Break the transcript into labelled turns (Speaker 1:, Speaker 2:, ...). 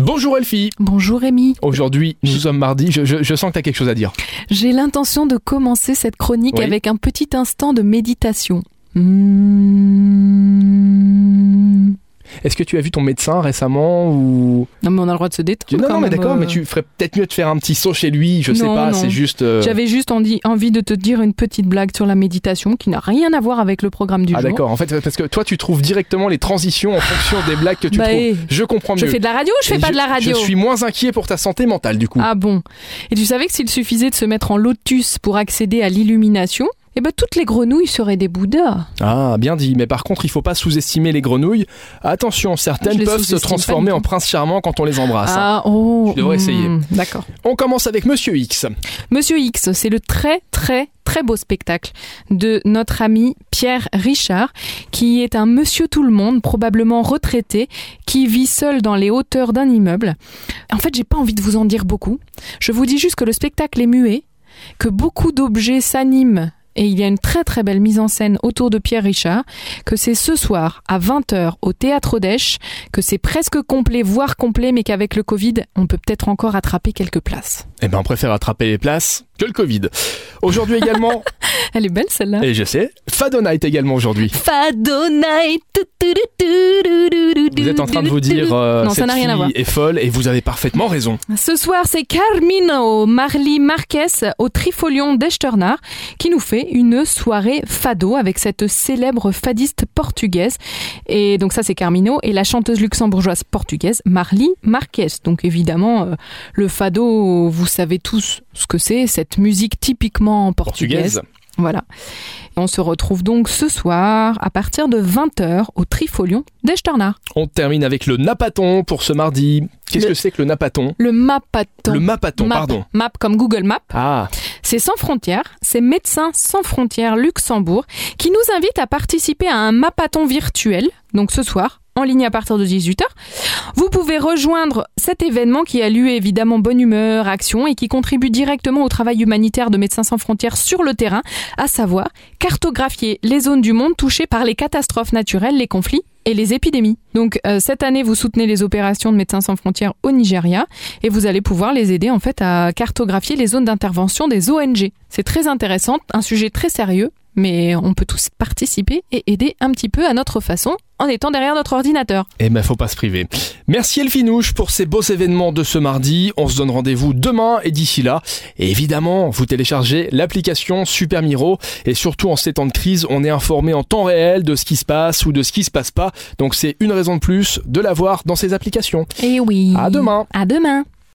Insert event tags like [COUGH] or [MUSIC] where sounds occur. Speaker 1: Bonjour Elfie
Speaker 2: Bonjour Rémi,
Speaker 1: Aujourd'hui, nous sommes mardi, je, je- je sens que tu as quelque chose à dire.
Speaker 2: j'ai l'intention de commencer cette chronique
Speaker 1: Oui.
Speaker 2: avec un petit instant de méditation. Mmh.
Speaker 1: Est-ce que tu as vu ton médecin récemment ou...
Speaker 2: Non mais on a le droit de se
Speaker 1: Tu-
Speaker 2: détendre.
Speaker 1: Non,
Speaker 2: quand
Speaker 1: non, mais
Speaker 2: même,
Speaker 1: d'accord,
Speaker 2: euh.
Speaker 1: mais tu ferais peut-être mieux de faire un petit saut chez lui, je sais
Speaker 2: Non,
Speaker 1: pas,
Speaker 2: non.
Speaker 1: c'est juste... euh,
Speaker 2: J'avais juste envie, envie de te dire une petite blague sur la méditation qui n'a rien à voir avec le programme du
Speaker 1: Ah
Speaker 2: jour.
Speaker 1: d'accord, en fait, parce que toi tu trouves directement les transitions en fonction des blagues que tu
Speaker 2: Bah,
Speaker 1: trouves.
Speaker 2: eh,
Speaker 1: Je comprends
Speaker 2: je
Speaker 1: mieux.
Speaker 2: fais de la radio ou je fais
Speaker 1: Et
Speaker 2: pas de la radio
Speaker 1: Je suis moins inquiet pour ta santé mentale du coup.
Speaker 2: Ah bon Et tu savais que s'il suffisait de se mettre en lotus pour accéder à l'illumination, eh ben toutes les grenouilles seraient des bouddhas.
Speaker 1: Ah, bien dit, mais par contre il faut pas sous-estimer les grenouilles. Attention, certaines
Speaker 2: Je les
Speaker 1: peuvent se
Speaker 2: sous-estime pas
Speaker 1: transformer
Speaker 2: du
Speaker 1: en
Speaker 2: tout.
Speaker 1: prince charmant quand on les embrasse. hein.
Speaker 2: Ah, oh
Speaker 1: Tu devrais
Speaker 2: hmm,
Speaker 1: essayer.
Speaker 2: D'accord.
Speaker 1: On commence avec Monsieur X.
Speaker 2: Monsieur X, c'est le très très très beau spectacle de notre ami Pierre Richard, qui est un monsieur tout le monde, probablement retraité, qui vit seul dans les hauteurs d'un immeuble. En fait, j'ai pas envie de vous en dire beaucoup. Je vous dis juste que le spectacle est muet, que beaucoup d'objets s'animent. Et il y a une très très belle mise en scène autour de Pierre Richard, que c'est ce soir à 20h au Théâtre Odèche, que c'est presque complet, voire complet, mais qu'avec le Covid, on peut peut-être encore attraper quelques places.
Speaker 1: Eh ben on préfère attraper les places que le Covid. Aujourd'hui
Speaker 2: [LAUGHS]
Speaker 1: également,
Speaker 2: Elle est belle celle-là.
Speaker 1: Et je sais, Fadonite également aujourd'hui.
Speaker 2: Fado night.
Speaker 1: Vous êtes en train de vous dire euh,
Speaker 2: Non, ça
Speaker 1: cette
Speaker 2: n'a rien
Speaker 1: fille
Speaker 2: à voir.
Speaker 1: est folle et vous avez parfaitement raison.
Speaker 2: Ce soir, c'est Carmino Marly Marquez au Trifolion d'Echternach qui nous fait une soirée fado avec cette célèbre fadiste portugaise. Et donc ça, c'est Carmino et la chanteuse luxembourgeoise portugaise Marly Marquez. Donc évidemment, euh, le fado, vous savez tous ce que c'est, cette musique typiquement portugaise.
Speaker 1: Portugaise.
Speaker 2: Voilà. Et on se retrouve donc ce soir à partir de 20h au Trifolion d'Echternach.
Speaker 1: On termine avec le napaton pour ce mardi. Qu'est-ce
Speaker 2: Le-
Speaker 1: que c'est que le napaton
Speaker 2: Le Mapaton.
Speaker 1: Le mapaton,
Speaker 2: Map.
Speaker 1: pardon.
Speaker 2: Map comme Google Maps.
Speaker 1: Ah,
Speaker 2: C'est Sans Frontières, c'est Médecins Sans Frontières Luxembourg qui nous invite à participer à un mapathon virtuel, donc ce soir, en ligne à partir de 18h. Vous pouvez rejoindre cet événement qui a lieu évidemment bonne humeur, action et qui contribue directement au travail humanitaire de Médecins Sans Frontières sur le terrain, à savoir cartographier les zones du monde touchées par les catastrophes naturelles, les conflits et les épidémies. Donc euh, cette année, vous soutenez les opérations de Médecins Sans Frontières au Nigeria et vous allez pouvoir les aider en fait à cartographier les zones d'intervention des ONG. C'est très intéressant, un sujet très sérieux, mais on peut tous participer et aider un petit peu à notre façon en étant derrière notre ordinateur.
Speaker 1: eh ben faut pas se priver. Merci Elfinouche pour ces beaux événements de ce mardi. On se donne rendez-vous demain et d'ici là, évidemment, vous téléchargez l'application Super Miro et surtout en ces temps de crise, on est informé en temps réel de ce qui se passe ou de ce qui se passe pas. Donc c'est une raison de plus de l'avoir dans ces applications.
Speaker 2: Et Eh oui.
Speaker 1: À demain.
Speaker 2: À demain.